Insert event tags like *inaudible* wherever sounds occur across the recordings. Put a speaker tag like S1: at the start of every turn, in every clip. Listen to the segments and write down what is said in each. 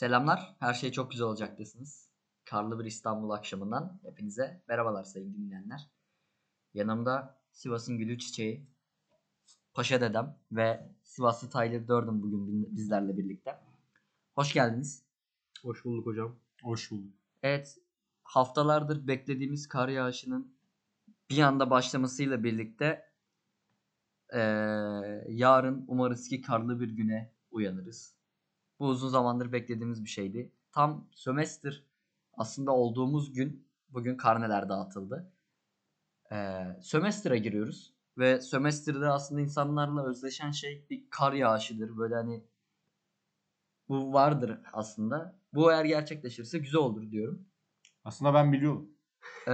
S1: Selamlar. Her şey çok güzel olacak desiniz. Karlı bir İstanbul akşamından hepinize merhabalar sayın dinleyenler. Yanımda Sivas'ın gülü çiçeği, Paşa dedem ve Sivaslı Tyler Durden bugün bin- bizlerle birlikte. Hoş geldiniz.
S2: Hoş bulduk hocam. Hoş bulduk.
S1: Evet, haftalardır beklediğimiz kar yağışının bir anda başlamasıyla birlikte eee, yarın umarız ki karlı bir güne uyanırız. Bu uzun zamandır beklediğimiz bir şeydi. Tam sömestr aslında olduğumuz gün bugün karneler dağıtıldı. Eee sömestra giriyoruz ve sömestrde aslında insanlarla özleşen şey bir kar yağışıdır. Böyle hani bu vardır aslında. Bu eğer gerçekleşirse güzel olur diyorum.
S3: Aslında ben biliyordum.
S1: Ee,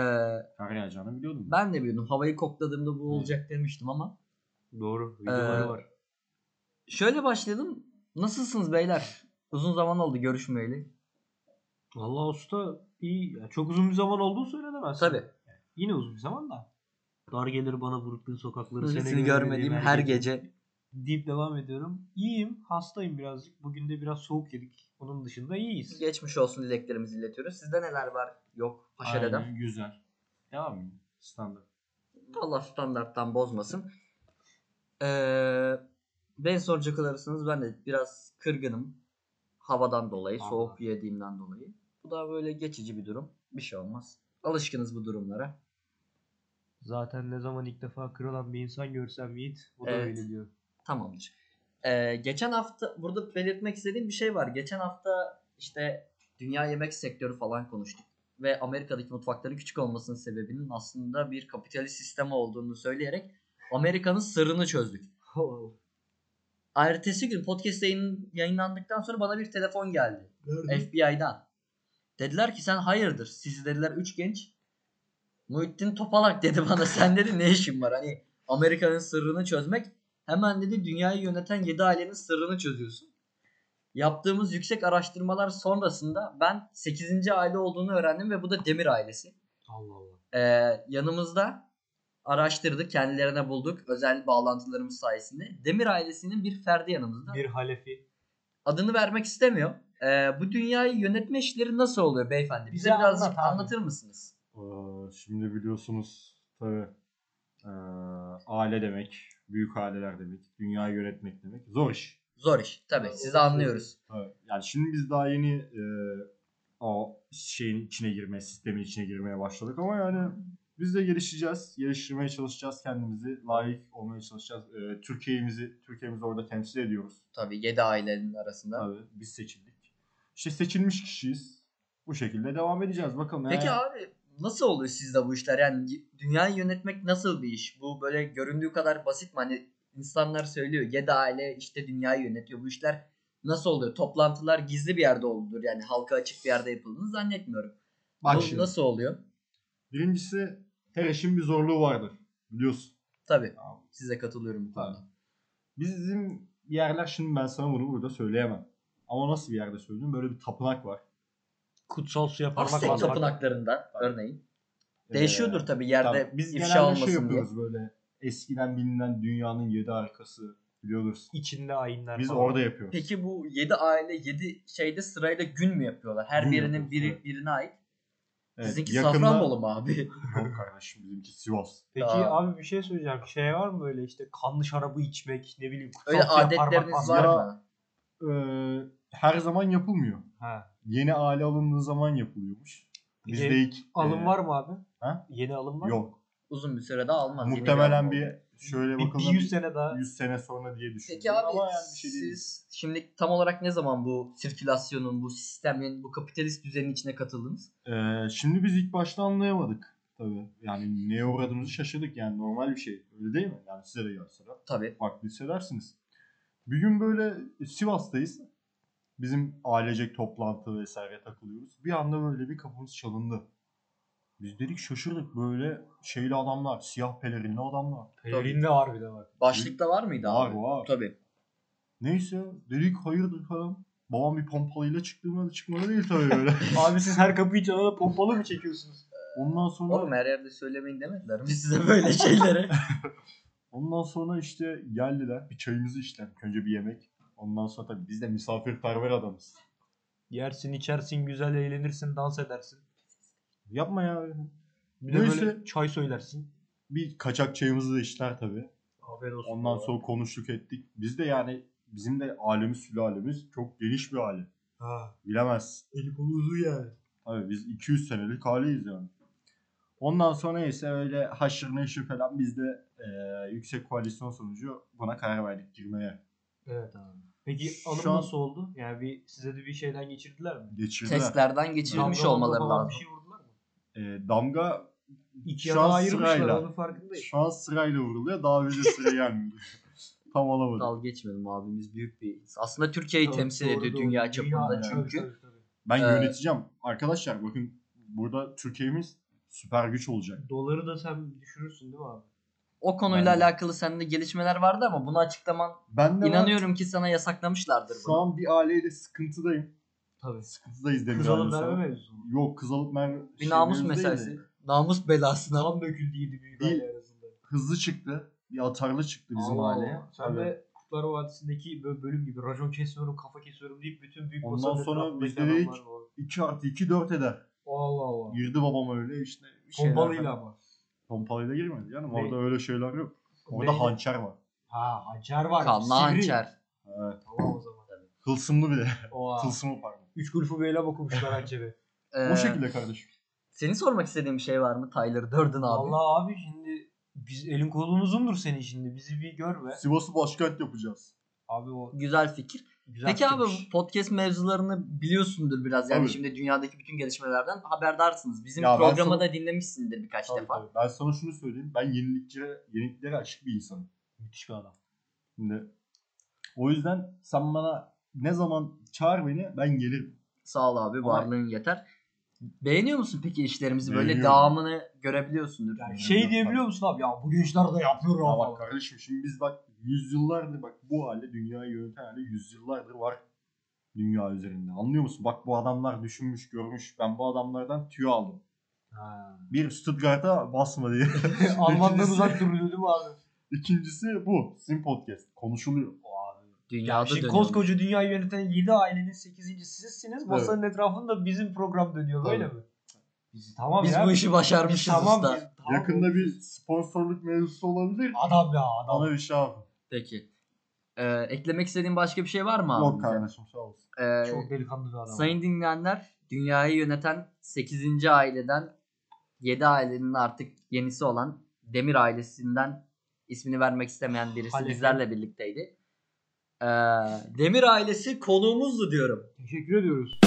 S3: Kar yağacağını biliyordum.
S1: ben de biliyordum. Havayı kokladığımda bu olacak demiştim ama.
S2: Doğru. Videoları
S1: Ee,
S2: var.
S1: Şöyle başlayalım. Nasılsınız beyler? Uzun zaman oldu görüşmeyeli.
S2: Valla usta iyi. ya çok uzun bir zaman olduğu söylenemez.
S1: Tabii.
S2: Yine uzun bir zaman da. Dar gelir bana Brooklyn sokakları. seni
S1: Seni görmediğim her gece.
S2: Deyip devam ediyorum. İyiyim. Hastayım birazcık. Bugün de biraz soğuk yedik. Onun dışında iyiyiz.
S1: Geçmiş olsun dileklerimizi iletiyoruz. Sizde neler var? Yok. Paşa
S3: Aynen,
S1: dedem.
S3: Güzel. Devam mı? Standart.
S1: Allah standarttan bozmasın. Ee, ben soracak olursanız ben de biraz kırgınım. Havadan dolayı,
S2: Allah.
S1: soğuk yediğimden dolayı. Bu da böyle geçici bir durum. Bir şey olmaz. Alışkınız bu durumlara.
S2: Zaten ne zaman ilk defa kırılan bir insan görsem Yiğit. O da
S1: Evet. *laughs*
S2: öyle diyor.
S1: Tamamdır. Ee, geçen hafta burada belirtmek istediğim bir şey var. Geçen hafta işte dünya yemek sektörü falan konuştuk ve Amerika'daki mutfakların küçük olmasının sebebinin aslında bir kapitalist sistem olduğunu söyleyerek Amerika'nın sırrını çözdük. Ertesi gün podcast yayın, yayınlandıktan sonra bana bir telefon geldi. FBI'dan. Dediler ki sen hayırdır? Siz dediler üç genç. Muhittin Topalak dedi bana sen dedi ne işin var? Hani Amerika'nın sırrını çözmek hemen dedi dünyayı yöneten 7 ailenin sırrını çözüyorsun. Yaptığımız yüksek araştırmalar sonrasında ben 8. aile olduğunu öğrendim ve bu da Demir ailesi.
S2: Allah Allah.
S1: Ee, yanımızda araştırdık, kendilerine bulduk özel bağlantılarımız sayesinde. Demir ailesinin bir ferdi yanımızda.
S2: Bir halefi.
S1: Adını vermek istemiyor. Ee, bu dünyayı yönetme işleri nasıl oluyor beyefendi? Bize,
S2: Bize
S1: birazcık
S2: anlat abi.
S1: anlatır mısınız?
S3: Ee, şimdi biliyorsunuz tabii ee, aile demek, büyük aileler demek, dünyayı yönetmek demek zor iş.
S1: Zor iş tabii.
S2: Evet,
S1: Sizi
S2: evet.
S1: anlıyoruz.
S3: Evet. Yani şimdi biz daha yeni ee, o şeyin içine girmeye, sistemin içine girmeye başladık ama yani biz de gelişeceğiz, geliştirmeye çalışacağız kendimizi, layık olmaya çalışacağız. Ee, Türkiye'mizi, Türkiye'mizi orada temsil ediyoruz.
S1: Tabii 7 ailenin arasında.
S3: Abi biz seçildik. İşte seçilmiş kişiyiz. Bu şekilde devam edeceğiz. Bakalım.
S1: Peki
S3: yani.
S1: abi nasıl oluyor sizde bu işler? Yani y- dünyayı yönetmek nasıl bir iş? Bu böyle göründüğü kadar basit mi? Hani insanlar söylüyor 7 aile işte dünyayı yönetiyor. Bu işler nasıl oluyor? Toplantılar gizli bir yerde olur. Yani halka açık bir yerde yapıldığını zannetmiyorum.
S3: Bak
S1: bu
S3: şimdi.
S1: nasıl oluyor?
S3: Birincisi her işin bir zorluğu vardır. Biliyorsun.
S1: Tabii size katılıyorum bu konuda.
S3: Bizim yerler şimdi ben sana bunu burada söyleyemem. Ama nasıl bir yerde söyleyeyim? Böyle bir tapınak var.
S2: Kutsal suya parmak
S1: Aztek
S2: basmak.
S1: tapınaklarında
S3: Tabii.
S1: örneğin. Değişiyordur tabii
S3: Ee,
S1: yerde
S3: tabii. biz
S1: ifşa
S3: genelde
S1: olmasın
S3: şey
S1: diye.
S3: yapıyoruz böyle. Eskiden bilinen dünyanın yedi arkası biliyoruz.
S2: İçinde ayinler
S3: Biz
S2: falan.
S3: orada yapıyoruz.
S1: Peki bu 7 aile 7 şeyde sırayla gün mü yapıyorlar? Her
S3: Gün
S1: birinin
S3: yapıyoruz,
S1: biri,
S3: evet.
S1: birine ait.
S3: Evet,
S1: Sizinki
S3: yakında-
S1: Safranbolu mu abi?
S3: Yok kardeşim bizimki Sivas.
S2: Peki
S1: Aa.
S2: abi bir şey söyleyeceğim. Şey var mı böyle işte kanlı şarabı içmek ne bileyim kutsal
S1: Öyle
S2: suya parmak
S1: adetleriniz var
S2: basmak?
S3: ya.
S1: mı?
S3: Ee, her zaman yapılmıyor.
S2: Ha.
S3: Yeni aile alındığı zaman yapılıyormuş. Bizde
S2: Yeni
S3: ilk
S2: Alım
S3: e,
S2: var mı abi?
S3: Ha?
S2: Yeni alım var mı?
S3: Yok.
S1: Uzun bir sürede almaz. yeni
S3: Muhtemelen
S1: geldi
S3: bir
S1: oldu.
S3: şöyle
S2: Bir,
S3: bakalım.
S2: bir 100 sene daha.
S3: 100 sene sonra diye düşünüyorum.
S1: Peki abi
S3: Ama yani bir şey değil.
S1: siz şimdi tam olarak ne zaman bu sirkülasyonun, bu sistemin, bu kapitalist düzenin içine katıldınız?
S3: Ee, şimdi biz ilk başta anlayamadık. Tabii. Yani neye uğradığımızı şaşırdık. Yani normal bir şey. Öyle değil mi? Yani size de gelse de
S1: Tabii.
S3: farklı hissedersiniz. Bir gün böyle e, Sivas'tayız. Bizim ailecek toplantı vesaire takılıyoruz. Bir anda böyle bir kapımız çalındı. Biz dedik şaşırdık böyle şeyli adamlar, siyah pelerinli adamlar.
S2: Pelerin'de var bir de var.
S1: Başlıkta var mıydı
S3: Var
S1: abi?
S3: var.
S1: Tabii.
S3: Neyse dedik hayırdır falan. Babam bir pompalıyla çıktığında çıkmadı değil tabii
S1: *laughs*
S3: böyle.
S2: *laughs* abi siz her kapıyı çalana pompalı mı çekiyorsunuz?
S3: Ondan sonra
S1: Oğlum her yerde söylemeyin demediler mi size böyle *laughs* şeyleri?
S3: ondan sonra işte geldiler. Bir çayımızı içtiler. Önce bir yemek. Ondan sonra tabii biz de misafirperver adamız.
S2: Yersin, içersin, güzel eğlenirsin, dans edersin.
S3: Yapma ya.
S2: Bir de
S3: Neyse.
S2: böyle çay söylersin.
S3: Bir kaçak çayımızı da işler tabii.
S2: Afiyet olsun.
S3: Ondan
S2: Abi.
S3: sonra konuştuk ettik. Biz de yani bizim de alemiz sülalemiz çok geniş bir aile.
S2: Ha,
S3: Bilemez.
S2: eli kolu uzun yani.
S3: Abi biz 200 senelik aileyiz yani. Ondan sonra ise öyle haşır neşir falan biz de eee, yüksek koalisyon sonucu buna karar verdik girmeye.
S2: Evet abi. Peki
S3: Şu
S2: alım
S3: an-
S2: nasıl oldu? Yani bir, size de bir şeyden geçirdiler mi?
S3: Geçirdiler.
S1: Testlerden geçirilmiş
S2: Damga
S1: olmaları
S2: falan
S1: lazım.
S2: Bir şey vurdular mı?
S3: Eee, E, damga
S2: İki
S3: Şu
S2: yana
S3: an
S2: ayırmışlar
S3: sırayla.
S2: onun farkındayım.
S3: şu an sırayla vuruluyor. Daha bize sıra gelmedi. *laughs* Tam olamadı.
S1: Dal geçmedim abimiz büyük bir. Aslında Türkiye'yi Şey temsil
S2: Doğru,
S1: ediyor
S2: doğru.
S1: dünya çapında
S2: Dünya-
S1: çünkü.
S2: Tabii, tabii,
S3: Ben
S1: Ee,
S3: yöneteceğim. Arkadaşlar bakın burada Türkiye'miz süper güç olacak.
S2: tabii. Doları da sen düşürürsün değil mi abi?
S1: O konuyla
S3: Aynen.
S1: alakalı sende gelişmeler vardı ama bunu açıklaman
S3: Ben de var,
S1: inanıyorum ki sana yasaklamışlardır
S3: şu
S1: bunu.
S3: an bir aileyle sıkıntıdayım.
S2: Tabii.
S3: Sıkıntıdayız demir
S2: Kız alıp
S3: ailesi.
S2: verme mevzusu.
S3: Yok kız alıp mer
S1: Bir namus
S3: şeyimiz Şey, değil de
S1: meselesi. Namus belasına.
S2: Kan döküldüğü büyük
S3: Değil.
S2: aile arasında.
S3: Hızlı çıktı. Bir atarlı çıktı bizim
S2: Allah
S3: aileye.
S2: Allah. Sen
S3: Tabii.
S2: de Kurtlar Vadisi'ndeki böyle bölüm gibi racon kesiyorum, kafa kesiyorum deyip bütün büyük
S3: Ondan
S2: masanın
S3: sonra
S2: etrafındaki
S3: bizde de
S2: adamlar
S3: hiç-
S2: var.
S3: 2 artı 2 4 eder.
S2: Allah Allah.
S3: Girdi babam öyle işte. şeyler-
S2: Bombalıyla ama.
S3: Pompalıyla girmedi canım.
S2: Ne?
S3: Orada öyle şeyler yok. Orada
S2: Neydi?
S3: hançer var. Ee,
S2: Ha hançer var.
S1: Kanlı
S2: sivri.
S1: hançer.
S3: Evet.
S2: Tamam o zaman.
S3: Tılsımlı bile.
S2: Oha.
S3: Tılsımı pardon.
S2: Üç kulfu beyle
S3: *laughs*
S2: okumuşlar hançeri.
S1: Ee,
S3: O şekilde kardeşim.
S1: Senin sormak istediğin bir şey var mı Tyler Durden abi?
S2: Allah abi şimdi biz elin kolun uzundur senin şimdi. Bizi bir gör be.
S3: Sivas'ı başkent yapacağız.
S2: Abi o
S1: Güzel fikir.
S2: güzel
S1: Peki abi
S2: fikirmiş.
S1: bu podcast mevzularını biliyorsundur biraz. Yani
S3: Tabii.
S1: şimdi dünyadaki bütün gelişmelerden haberdarsınız. Bizim
S3: Ya ben
S1: programı
S3: sana-
S1: da dinlemişsindir birkaç
S2: Tabii,
S1: defa.
S2: tabii.
S3: Ben sana şunu söyleyeyim. Ben yeniliklere, yeniliklere açık bir insanım.
S2: Müthiş bir adam.
S3: Şimdi o yüzden sen bana ne zaman çağır beni ben gelirim.
S1: Sağ ol abi varlığın yeter. Beğeniyor musun peki işlerimizi? Böyle
S3: Beğeniyorum.
S1: devamını görebiliyorsundur.
S2: Yani
S3: Yani
S2: şey
S3: bilmiyorum,
S2: diyebiliyor musun abi? Ya bu gençler de yapıyor
S3: Ya
S2: abi.
S3: bak kardeşim şimdi biz bak yüzyıllardır bak bu hale dünyayı yöneten hale yüzyıllardır var dünya üzerinde. Anlıyor musun? Bak bu adamlar düşünmüş görmüş. Ben bu adamlardan tüy aldım.
S2: Ha. *laughs*
S3: Bir Stuttgart'a basma diye. *laughs*
S2: Almandan
S3: İkincisi-
S2: uzak duruluyor değil mi abi?
S3: İkincisi bu. Sizin podcast. Konuşuluyor.
S2: abi.
S1: Dünyada
S2: Ya
S1: dönüyor.
S2: şimdi koskoca dünyayı yöneten 7 ailenin 8. sizsiniz.
S3: Evet.
S2: Masanın etrafında bizim program dönüyor. Böyle mi? Biz tamam
S1: Biz
S2: ya.
S1: bu işi başarmışız
S2: tamam,
S1: usta.
S2: biz- tamam.
S3: Yakında bir sponsorluk mevzusu olabilir.
S2: Adam ya adam.
S3: Bana bir şey yapın.
S1: Peki. Ee, eklemek istediğin başka bir şey var mı abi?
S3: Yok
S1: bize?
S3: kardeşim sağ olsun.
S1: Ee,
S2: Çok delikanlı bir adam.
S1: sayın dinleyenler, dünyayı yöneten 8. aileden 7 ailenin artık yenisi olan Demir ailesinden ismini vermek istemeyen birisi
S2: Halefi.
S1: bizlerle birlikteydi. Ee, Demir ailesi konuğumuzdu diyorum.
S2: Teşekkür ediyoruz.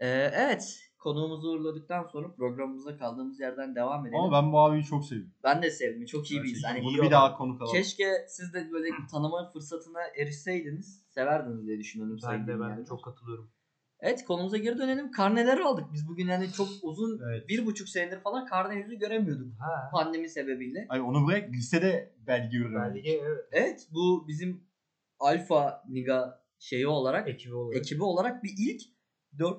S1: Ee, evet, konuğumuzu uğurladıktan sonra programımıza kaldığımız yerden devam edelim.
S3: Ama ben bu abiyi çok seviyorum.
S1: Ben de sevdim. Çok iyi bir
S3: Gerçekten.
S1: insan. Hani iyi
S3: Bunu bir
S1: adam.
S3: daha konuk alalım.
S1: Keşke siz de böyle tanıma fırsatına erişseydiniz. Severdiniz diye düşünüyorum.
S2: Ben de
S1: sevgili
S2: ben de
S1: yani.
S2: çok katılıyorum.
S1: Evet konumuza geri dönelim. Karneleri aldık. Biz bugün yani çok uzun
S2: Evet.
S1: bir buçuk senedir falan karne yüzü göremiyorduk.
S2: Ha.
S1: Pandemi sebebiyle.
S3: Ay onu bırak lisede belge öğrendim.
S2: Belge şey, evet.
S1: Evet bu bizim Alfa Niga şeyi olarak
S2: Ekibi olarak.
S1: ekibi olarak bir ilk dört,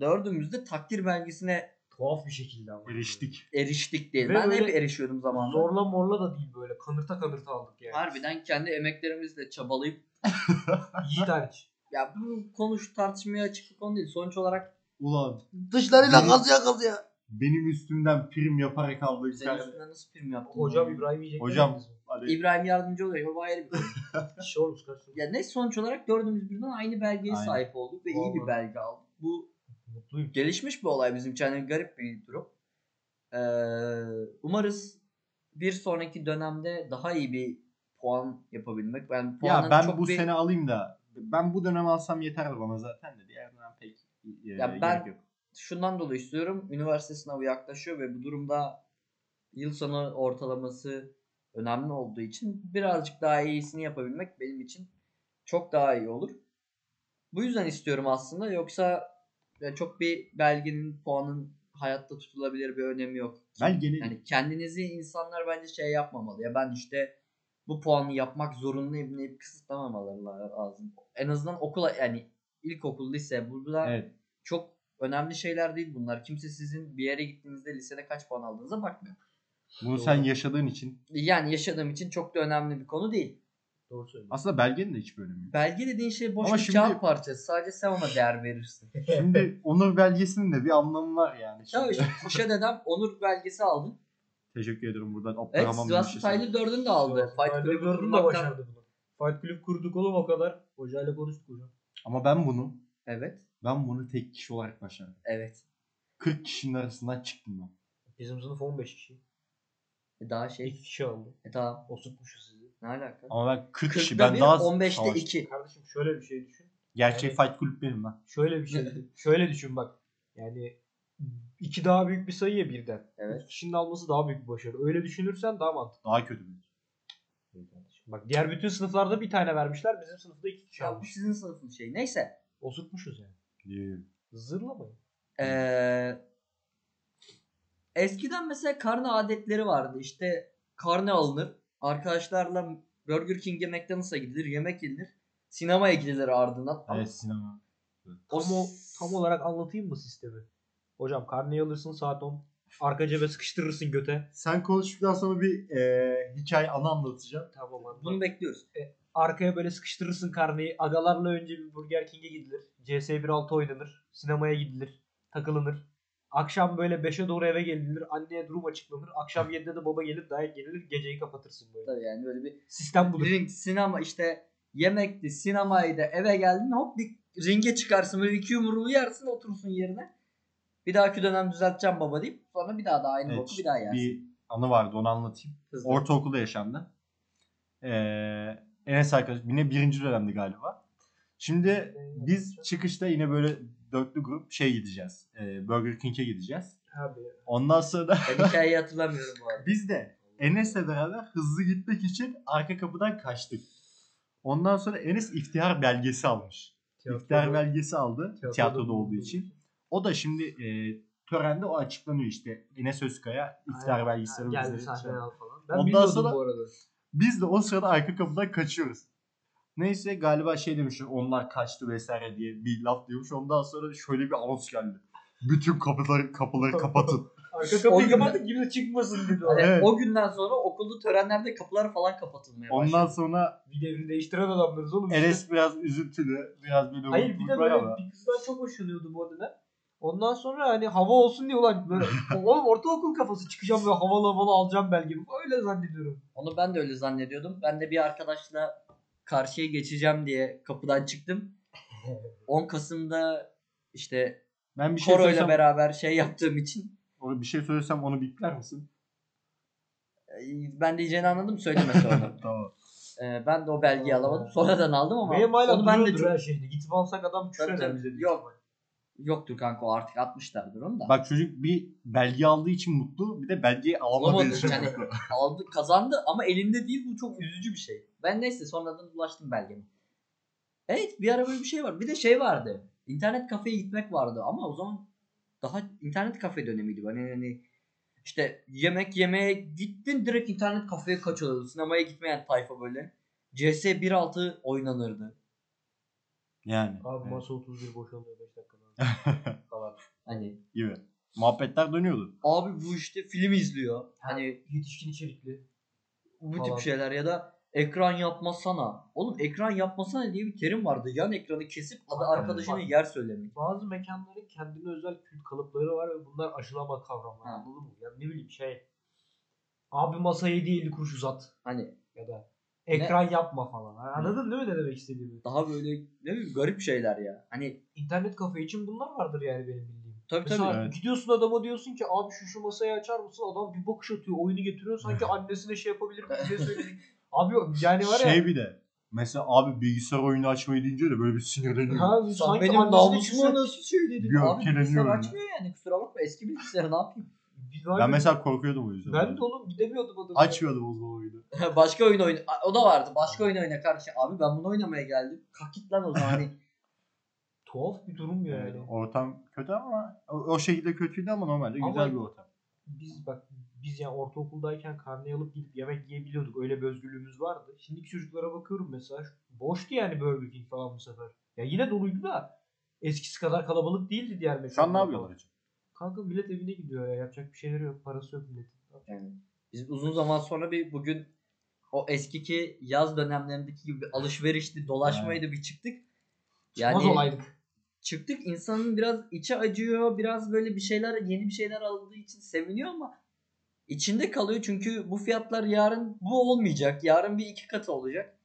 S1: dördümüzde takdir belgesine
S2: Tuhaf bir şekilde ama.
S3: Eriştik.
S1: eriştik diye.
S2: Ve
S1: ben
S2: öyle
S1: hep erişiyordum zamanında.
S2: Zorla morla da değil böyle. Kanırta kanırta aldık yani.
S1: Harbiden kendi emeklerimizle çabalayıp
S2: *laughs* Yiğit hariç.
S1: ya bu konuş tartışmaya açık bir konu değil. Sonuç olarak
S3: Ulan
S1: dışlarıyla
S3: Benim-
S1: kazıya kazıya
S3: benim üstümden prim yaparak aldığı bir
S1: Senin
S3: tane.
S1: üstüne nasıl film yaptın?
S2: Hocam İbrahim yiyecek.
S3: Hocam.
S2: miyiz?
S3: Hani
S1: İbrahim yardımcı oluyor. Baba ayrı bir konu.
S2: Şey olmuş kaç
S1: ya ne sonuç olarak dördümüz birden aynı belgeye
S3: Aynen.
S1: sahip olduk ve iyi bir
S2: Vallahi.
S1: belge aldık. Bu
S2: Mutluyum.
S1: gelişmiş bir olay bizim için. Yani garip bir durum. Ee, umarız bir sonraki dönemde daha iyi bir puan yapabilmek. Ben puanın
S3: ya ben
S1: çok
S3: bu
S1: bir...
S3: sene alayım da ben bu dönem alsam yeterli bana zaten de diğer dönem pek e,
S1: Ya ben-
S3: gerek yok.
S1: şundan dolayı istiyorum. Üniversite sınavı yaklaşıyor ve bu durumda yıl sonu ortalaması önemli olduğu için birazcık daha iyisini yapabilmek benim için çok daha iyi olur. Bu yüzden istiyorum aslında. Yoksa ya çok bir belgenin, puanın hayatta tutulabilir bir önemi yok.
S3: Ben gene
S1: Yani Hani kendinizi insanlar bence şey yapmamalı. Ya ben işte bu puanı yapmak zorundayım deyip kısıtlamamaları lazım. En azından okula yani ilkokul, lise burada
S3: evet.
S1: çok önemli şeyler değil bunlar. Kimse sizin bir yere gittiğinizde lisede kaç puan aldığınıza bakmıyor.
S3: Bunu
S2: Doğru.
S3: sen yaşadığın için
S1: Yani yaşadığım için çok da önemli bir konu değil.
S2: Doğru söylüyorsun.
S3: Aslında belgenin de hiçbir
S1: *laughs*
S3: önemi yok.
S1: Belge dediğin şey boş
S3: Ama
S1: bir
S3: şimdi-
S1: kağıt parçası. Sadece sen ona değer
S3: *laughs*
S1: verirsin.
S3: Şimdi onur belgesinin de bir anlamı var yani.
S1: ya
S3: Şimdi-
S1: işte kuşa dedem onur belgesi aldı.
S3: Teşekkür ederim buradan.
S1: Evet
S3: Abdurrahman
S1: Sivaslı
S3: Bey'e
S1: Tyler 4'ünü de aldı. Fight Club'ı
S2: Kulübü da
S1: kurmaktan.
S2: başardı bunu. Fight Club kurduk oğlum o kadar. Hocayla konuştuk hocam.
S3: Ama ben bunu
S1: Evet.
S3: ben bunu tek kişi olarak başardım.
S1: Evet.
S3: 40 kişinin arasından çıktım ben.
S2: Bizim sınıf 15 kişi.
S1: E Daha şey.
S2: 2 kişi aldı.
S1: E tamam.
S2: Osurtmuşuz sizi.
S1: Ne alaka?
S3: Ama ben 40 kişi
S1: 40'da
S3: ben
S1: 1,
S3: daha
S1: 15'te
S3: savaştım.
S1: 2.
S2: Kardeşim şöyle bir şey düşün.
S3: Gerçek
S2: Evet.
S3: fight kulüp benim ben.
S2: Şöyle bir şey *laughs* düşün. Şöyle düşün bak. Yani iki daha büyük bir sayı ya birden.
S1: Evet.
S2: İki kişinin alması daha büyük bir başarı. Öyle düşünürsen daha mantıklı.
S3: Daha kötü bir.
S2: Bak diğer bütün sınıflarda bir tane vermişler. Bizim sınıfta iki kişi
S1: Ya bu
S2: almış.
S1: sizin sınıfın şeyi. Neyse.
S2: Osurtmuşuz yani.
S3: Değil.
S2: Zırlamayın.
S1: Ee, eskiden mesela karne adetleri vardı. İşte karne alınır. Arkadaşlarla Burger King'e McDonald's'a gidilir. Yemek yenilir. Sinemaya gidilir ardından. Ama
S3: Evet sinema.
S2: Tam, o, tam olarak anlatayım mı sistemi? Hocam karneyi alırsın saat 10. Arka cebe sıkıştırırsın göte.
S3: Sen konuştuktan sonra bir e, hikaye anı anlatacağım.
S2: Tamam anladım.
S1: Bunu bekliyoruz.
S2: Arkaya böyle sıkıştırırsın karneyi. Agalarla önce bir Burger King'e gidilir. CS 1.6 oynanır. Sinemaya gidilir. Takılınır. Akşam böyle 5'e doğru eve gelinir. Anneye durum açıklanır. Akşam 7'de de baba gelir. Dayak gelir. Geceyi kapatırsın böyle.
S1: Tabii yani böyle bir
S2: Sistem budur.
S1: ring, sinema işte yemekti, sinemaydı, eve geldin hop bir ringe çıkarsın. Böyle iki yumruğu yersin oturursun yerine. Bir dahaki dönem düzelteceğim baba deyip sonra bir daha da aynı boku bir daha yersin.
S3: bir anı vardı onu anlatayım.
S1: Hızlı.
S3: Ortaokulda yaşandı. Ee, Enes arkadaş yine birinci dönemdi galiba. Şimdi biz çıkışta yine böyle dörtlü grup şey gideceğiz. Ee, Burger King'e gideceğiz.
S2: Abi.
S3: Ondan sonra *laughs*
S1: Ben hikayeyi hatırlamıyorum bu arada.
S3: biz de Enes'le beraber hızlı gitmek için arka kapıdan kaçtık. Ondan sonra Enes iftihar belgesi almış. İftihar belgesi aldı tiyatroda olduğu için. O da şimdi e, törende o açıklanıyor işte. Enes Özkaya iftihar belgesini
S2: Geldi
S3: bize-
S2: sahneye al falan. Ben
S3: şey. Ondan
S2: bilmiyordum
S3: sonra- *laughs*
S2: bu arada.
S3: Biz de o sırada arka kapıdan kaçıyoruz. Neyse galiba şey demişler onlar kaçtı vesaire diye bir laf diyormuş. Ondan sonra şöyle bir anons geldi. Bütün kapıları kapıları
S2: *laughs*
S3: kapatın.
S2: Arka
S1: O
S2: kapıyı
S1: gün-
S2: kapattık kimse çıkmasın dedi.
S1: Hani
S2: o.
S3: Evet.
S1: O günden sonra okulda törenlerde kapılar falan kapatılmaya başladı.
S3: Ondan sonra
S2: Bir devri değiştiren adamlarız oğlum.
S3: Enes biraz üzüntülü, biraz böyle
S2: Hayır bir de
S3: mutluluk
S2: böyle
S3: var ama.
S2: bir kızdan çok hoşlanıyordu bu arada. Ondan sonra hani hava olsun diye
S1: *laughs*
S2: ulan böyle oğlum ortaokul kafası çıkacağım böyle havalı havalı alacağım belgemi. Öyle zannediyorum.
S1: Onu ben de öyle zannediyordum. Ben de bir arkadaşla karşıya geçeceğim diye kapıdan
S3: *laughs*
S1: çıktım. 10 Kasım'da işte
S3: Ben bir şey
S1: Koro'yla
S3: söylesem,
S1: beraber şey yaptığım için
S3: Onu bir şey söylesem onu bipler misin?
S1: e, ben de diyeceğini anladım söyleme sonra.
S3: *laughs* Tamam.
S1: E, ben de o belgeyi alamadım. Sonradan aldım ama
S2: Benim hala
S1: onu ben de
S2: duruyordur her şeydi. Gitip alsak adam küfür
S1: Tabii
S2: eder
S1: tabii.
S2: bize. büyük
S1: Yok.
S2: ihtimal.
S1: yoktur kanka o artık atmışlardır onu da.
S3: Bak çocuk bir belge aldığı için mutlu bir de belgeyi alamadığı
S1: Alamadı
S3: için
S1: yani
S3: mutlu.
S1: aldı kazandı ama elinde değil bu çok üzücü bir şey. Ben neyse sonradan ulaştım belgeme. Evet bir ara böyle bir şey var. Bir de şey vardı. İnternet kafeye gitmek vardı ama o zaman daha internet kafe dönemiydi. Hani, hani işte yemek yemeye gittin direkt internet kafeye kaçıyordu. Sinemaya gitmeyen tayfa böyle. CS 1.6 oynanırdı.
S3: Yani.
S2: Abi
S3: evet,
S2: masa 31 boşalıyor
S1: *laughs*
S2: 5 dakikada. falan.
S1: Hani
S3: gibi. Muhabbetler dönüyordu.
S1: abi bu işte film izliyor. Hani
S2: Yetişkin içerikli.
S1: bu
S2: Falan.
S1: tip şeyler ya da ekran yapmasana. Oğlum ekran yapmasana diye bir terim vardı. Yan ekranı kesip adı arkadaşına
S2: Bak.
S1: yer söylemek.
S2: Bazı mekanların kendine özel kült kalıpları var ve bunlar aşılamaz kavramlar.
S1: Ha.
S2: Anladın mı? Yani ne bileyim şey. Abi masaya 7 kuruş uzat.
S1: Hani
S2: ya da ekran yapma falan. Ha, Anladın değil mi ne demek istediğimi?
S1: daha böyle ne bileyim garip şeyler ya. Hani
S2: İnternet kafe için bunlar vardır yani benim bildiğim.
S1: tabii tabii.
S2: Mesela
S3: Evet.
S2: gidiyorsun adama diyorsun ki abi şu şu masayı açar mısın? Adam bir bakış atıyor, oyunu getiriyor. Sanki annesine şey yapabilir mi diye söyleyecek. *laughs* Abi yani var ya.
S3: Şey bir de. Mesela abi bilgisayar oyunu açmayı deyince de böyle bir *laughs* sinirleniyor.
S2: *laughs* ha,
S1: Sen
S2: sanki
S1: benim
S2: annesine
S1: namusumu
S2: küfür-
S1: nasıl söyledin?
S3: Yok,
S1: Abi bilgisayar
S3: keleniyorum ya.
S1: açmıyor yani kusura bakma eski bilgisayarı ne yapayım? *laughs*
S2: Biz
S3: Ben
S2: abi-
S3: mesela korkuyordum o yüzden.
S2: ben de oğlum gidemiyordum adamı.
S3: Açmıyordum o zaman oyunu.
S1: Başka oyun oyna. A- O da vardı. Başka oyun oyna kardeşim. Abi ben bunu oynamaya geldim. Kalk git lan o zaman.
S3: *laughs*
S1: Hani
S2: Tuhaf bir durum yani.
S3: Yani ortam kötü ama o, o şekilde kötüydü ama normalde
S2: Ama-
S3: güzel bir ortam.
S2: Biz bak biz yani ortaokuldayken karne alıp gidip yemek yiyebiliyorduk. Öyle bir özgürlüğümüz vardı. Şimdiki çocuklara bakıyorum mesela. şu- Boştu yani Burger King falan bu sefer. Ya yine doluydu da eskisi kadar kalabalık değildi diğer mekanlar.
S3: Şu an ne
S2: falan.
S3: yapıyorlar acaba?
S2: Kanka millet evine gidiyor ya. Yapacak bir şeyleri yok. Parası yok milletin.
S1: biz uzun zaman sonra bir bugün o eskiki yaz dönemlerindeki gibi bir alışverişti, dolaşmaydı bir çıktık.
S2: Çıkmaz olaydık.
S1: çıktık insanın biraz içi acıyor biraz böyle bir şeyler yeni bir şeyler aldığı için seviniyor ama içinde kalıyor çünkü bu fiyatlar yarın bu olmayacak yarın bir iki katı olacak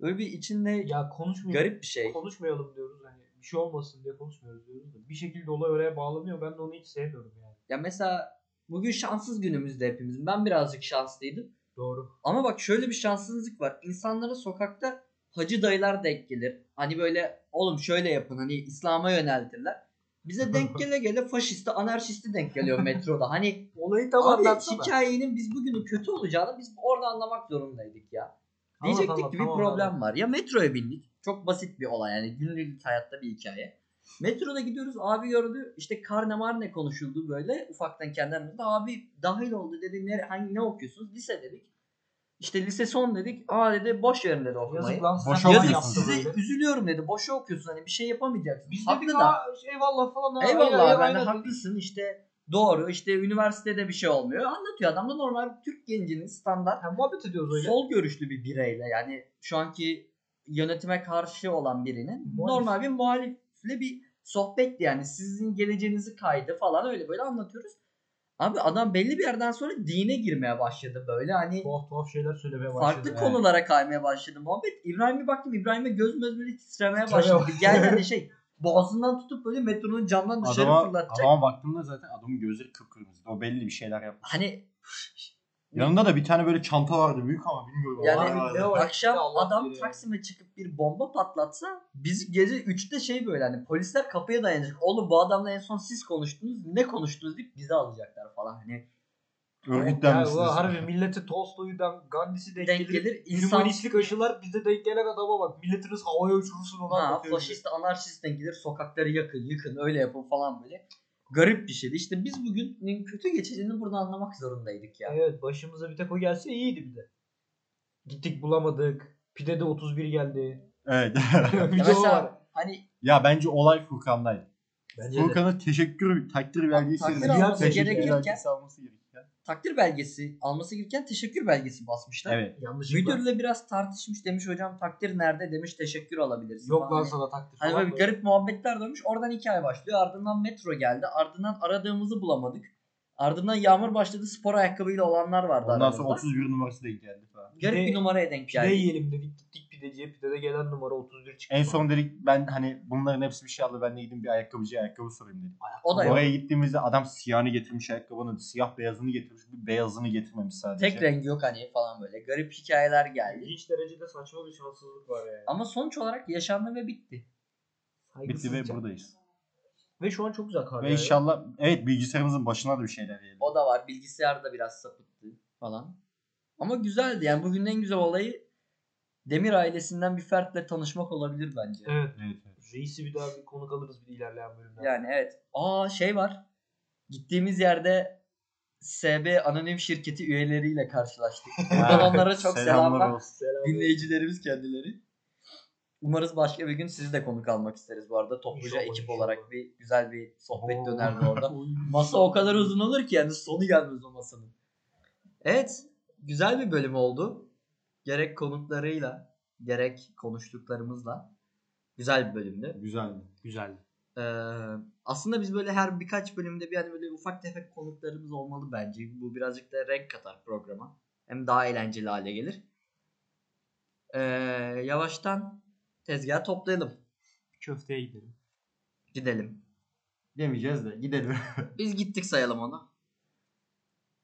S1: öyle bir içinde
S2: Ya konuşmayalım.
S1: garip bir şey
S2: Konuşmayalım diyoruz. Hani bir şey olmasın diye konuşmuyoruz diyoruz da. Bir şekilde olay oraya bağlanıyor. Ben de onu hiç sevmiyorum yani.
S1: ya mesela bugün şanssız günümüzde hepimizin ben birazcık şanslıydım
S2: Doğru.
S1: ama bak şöyle bir şanssızlık var insanlara sokakta hacı dayılar denk gelir hani böyle oğlum şöyle yapın hani İslam'a yöneltirler bize denk gele gele faşisti anarşisti denk geliyor metroda hani
S2: Olayı
S1: Abi hikayenin biz bugünün kötü olacağını biz orada anlamak zorundaydık ya. Diyecektik ki bir problem var. Ya metroya bindik. Çok basit bir olay yani günlük hayatta bir hikaye. Metroda gidiyoruz abi gördü işte karne marne konuşuldu böyle ufaktan kendimizde abi dahil oldu dedi ne, hangi, ne okuyorsunuz lise dedik. İşte lise son dedik aa dedi boş verin dedi okumayı.
S2: Yazık lan
S3: Boşa
S2: sen
S1: Yazık,
S3: Çok
S2: yaptın
S1: size
S2: böyle.
S1: üzülüyorum dedi boşa okuyorsun hani bir şey yapamayacaksın.
S2: Biz
S1: Haklı
S2: dedik
S1: da.
S2: aa eyvallah falan. ha,
S1: Eyvallah
S2: aynen,
S1: abi, hani
S2: aynen.
S1: haklısın işte doğru işte üniversitede bir şey olmuyor. Anlatıyor adam da normal bir Türk gencinin standart
S2: Ha, muhabbet ediyoruz öyle.
S1: sol görüşlü bir bireyle yani şu anki yönetime karşı olan birinin
S2: Muhalif.
S1: normal bir muhalifle bir sohbetti yani sizin geleceğinizi kaydı falan öyle böyle anlatıyoruz. Abi adam belli bir yerden sonra dine girmeye başladı böyle hani
S2: Tuhaf tuhaf şeyler söylemeye başladı.
S1: farklı
S2: yani.
S1: konulara kaymaya başladı muhabbet. İbrahim'e baktım İbrahim'e göz göz böyle titremeye
S2: Titremeye
S1: başladı. Geldi hani şey boğazından tutup böyle metronun camdan dışarı
S3: Adama,
S1: fırlatacak.
S3: adama baktığımda zaten adamın gözleri kıpkırmızı. O belli bir şeyler yapmış.
S1: Hani
S3: Yanında da bir tane böyle çanta vardı büyük ama bilmiyorum.
S1: Yani
S3: Var mı?
S2: ne o?
S1: akşam
S2: Ya Allah
S1: adam
S2: bilir.
S1: Taksim'e çıkıp bir bomba patlatsa biz gece 3'te şey böyle hani polisler kapıya dayanacak. Oğlum bu adamla en son siz konuştunuz ne konuştunuz deyip bizi alacaklar falan. Hani
S2: Ya
S3: Örgütlenmişsiniz.
S2: bu harbi milleti Tolstoy'dan Gandhi'si denk,
S1: denk
S2: gelir.
S1: gelir insan
S2: Hümanistlik aşılar bize denk gelen adama bak. Milletiniz havaya uçurursun ona.
S1: ha, faşist anarşist denk gelir sokakları yakın yıkın öyle yapın falan böyle. Garip bir şeydi. İşte biz bugünün kötü geçeceğini burada anlamak zorundaydık ya.
S2: Evet başımıza bir tek o gelse iyiydi bir de. Gittik bulamadık. Pide de 31 geldi.
S3: Evet. *laughs*
S2: *laughs* bir
S1: Ya
S2: de o var.
S1: mesela hani
S3: ya bence olay Furkan'daydı.
S2: Bence de.
S3: Furkan'a teşekkür, takdir belgesi.
S1: takdir
S2: alması
S1: gerekirken-
S3: alması gerekirken.
S1: takdir belgesi alması gereken teşekkür belgesi basmışlar.
S3: Evet.
S2: Yanlışlıkla.
S1: Müdürle biraz tartışmış demiş hocam takdir nerede demiş teşekkür alabilirsin.
S2: Yok
S1: falan. Hani-
S2: lan sana takdir
S1: Hani
S2: falan
S1: böyle bir
S2: da.
S1: garip muhabbetler dönmüş. Oradan hikaye başlıyor. Ardından metro geldi. Ardından aradığımızı bulamadık. Ardından yağmur başladı. Spor ayakkabıyla olanlar vardı
S3: Ondan
S1: aramızda.
S3: sonra 31 numarası da geldi falan.
S1: Garip
S2: Pide-
S1: bir şey. numaraya denk
S2: Pide
S1: geldi.
S2: yiyelim dedik gittik pideciye. Pidede gelen numara 31 çıktı.
S3: En son dedik ben hani bunların hepsi bir şey aldı. Ben de gideyim bir ayakkabıcıya ayakkabı sorayım dedim.
S1: O da yok.
S3: Oraya gittiğimizde adam siyahını getirmiş ayakkabını, siyah beyazını getirmiş, bir beyazını getirmemiş sadece.
S1: Tek rengi yok hani falan böyle. Garip hikayeler geldi.
S2: İlginç derecede saçma bir şanssızlık var yani.
S1: Ama sonuç olarak yaşandı ve bitti.
S3: Bitti ve
S2: Saygısızca.
S3: buradayız.
S2: Ve şu an çok güzel kar
S3: Ve
S2: yağıyor.
S3: inşallah evet bilgisayarımızın başına da bir şeyler geldi.
S1: O da var. Bilgisayar da biraz sapıttı falan. Ama güzeldi. Yani bugünün en güzel olayı Demir ailesinden bir fertle tanışmak olabilir bence.
S2: Evet.
S3: Evet, evet.
S2: Reisi bir daha bir konuk alırız bir ilerleyen bölümlerde.
S1: Yani evet. Aa şey var. Gittiğimiz yerde SB anonim şirketi üyeleriyle karşılaştık. *laughs* Buradan onlara çok selamlar.
S3: olsun.
S2: Selam.
S1: Dinleyicilerimiz kendileri. Umarız başka bir gün sizi de konuk almak isteriz bu arada. Topluca
S2: İnşallah,
S1: ekip
S2: inşallah.
S1: olarak bir güzel bir sohbet
S2: Oo.
S1: dönerdi
S2: *laughs*
S1: orada. Masa o kadar uzun olur ki yani sonu gelmez o masanın. Evet. Güzel bir bölüm oldu. Gerek konuklarıyla gerek konuştuklarımızla. Güzel bir bölümdü.
S3: Güzeldi.
S2: Güzel.
S1: Ee, aslında biz böyle her birkaç bölümde bir hani böyle ufak tefek konuklarımız olmalı bence. Bu birazcık da renk katar programa. Hem daha eğlenceli hale gelir. Ee, yavaştan tezgahı toplayalım.
S2: Köfteye gidelim.
S1: Gidelim.
S3: Demeyeceğiz de gidelim. *laughs*
S1: Biz gittik sayalım onu.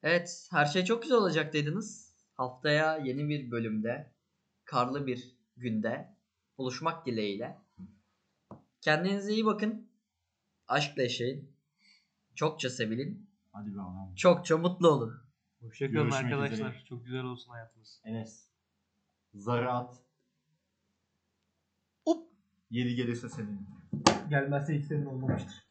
S1: Evet her şey çok güzel olacak dediniz. Haftaya yeni bir bölümde karlı bir günde buluşmak dileğiyle. Kendinize iyi bakın. Aşkla yaşayın. Çokça sevilin.
S3: Hadi be adam.
S1: Çokça mutlu olun.
S2: Hoşçakalın
S3: Görüşmek
S2: arkadaşlar.
S3: üzere.
S2: Çok güzel olsun hayatınız.
S3: Enes. Zaraat.
S1: Hop.
S3: Yeri gelirse senin.
S2: Gelmezse hiç senin olmamıştır.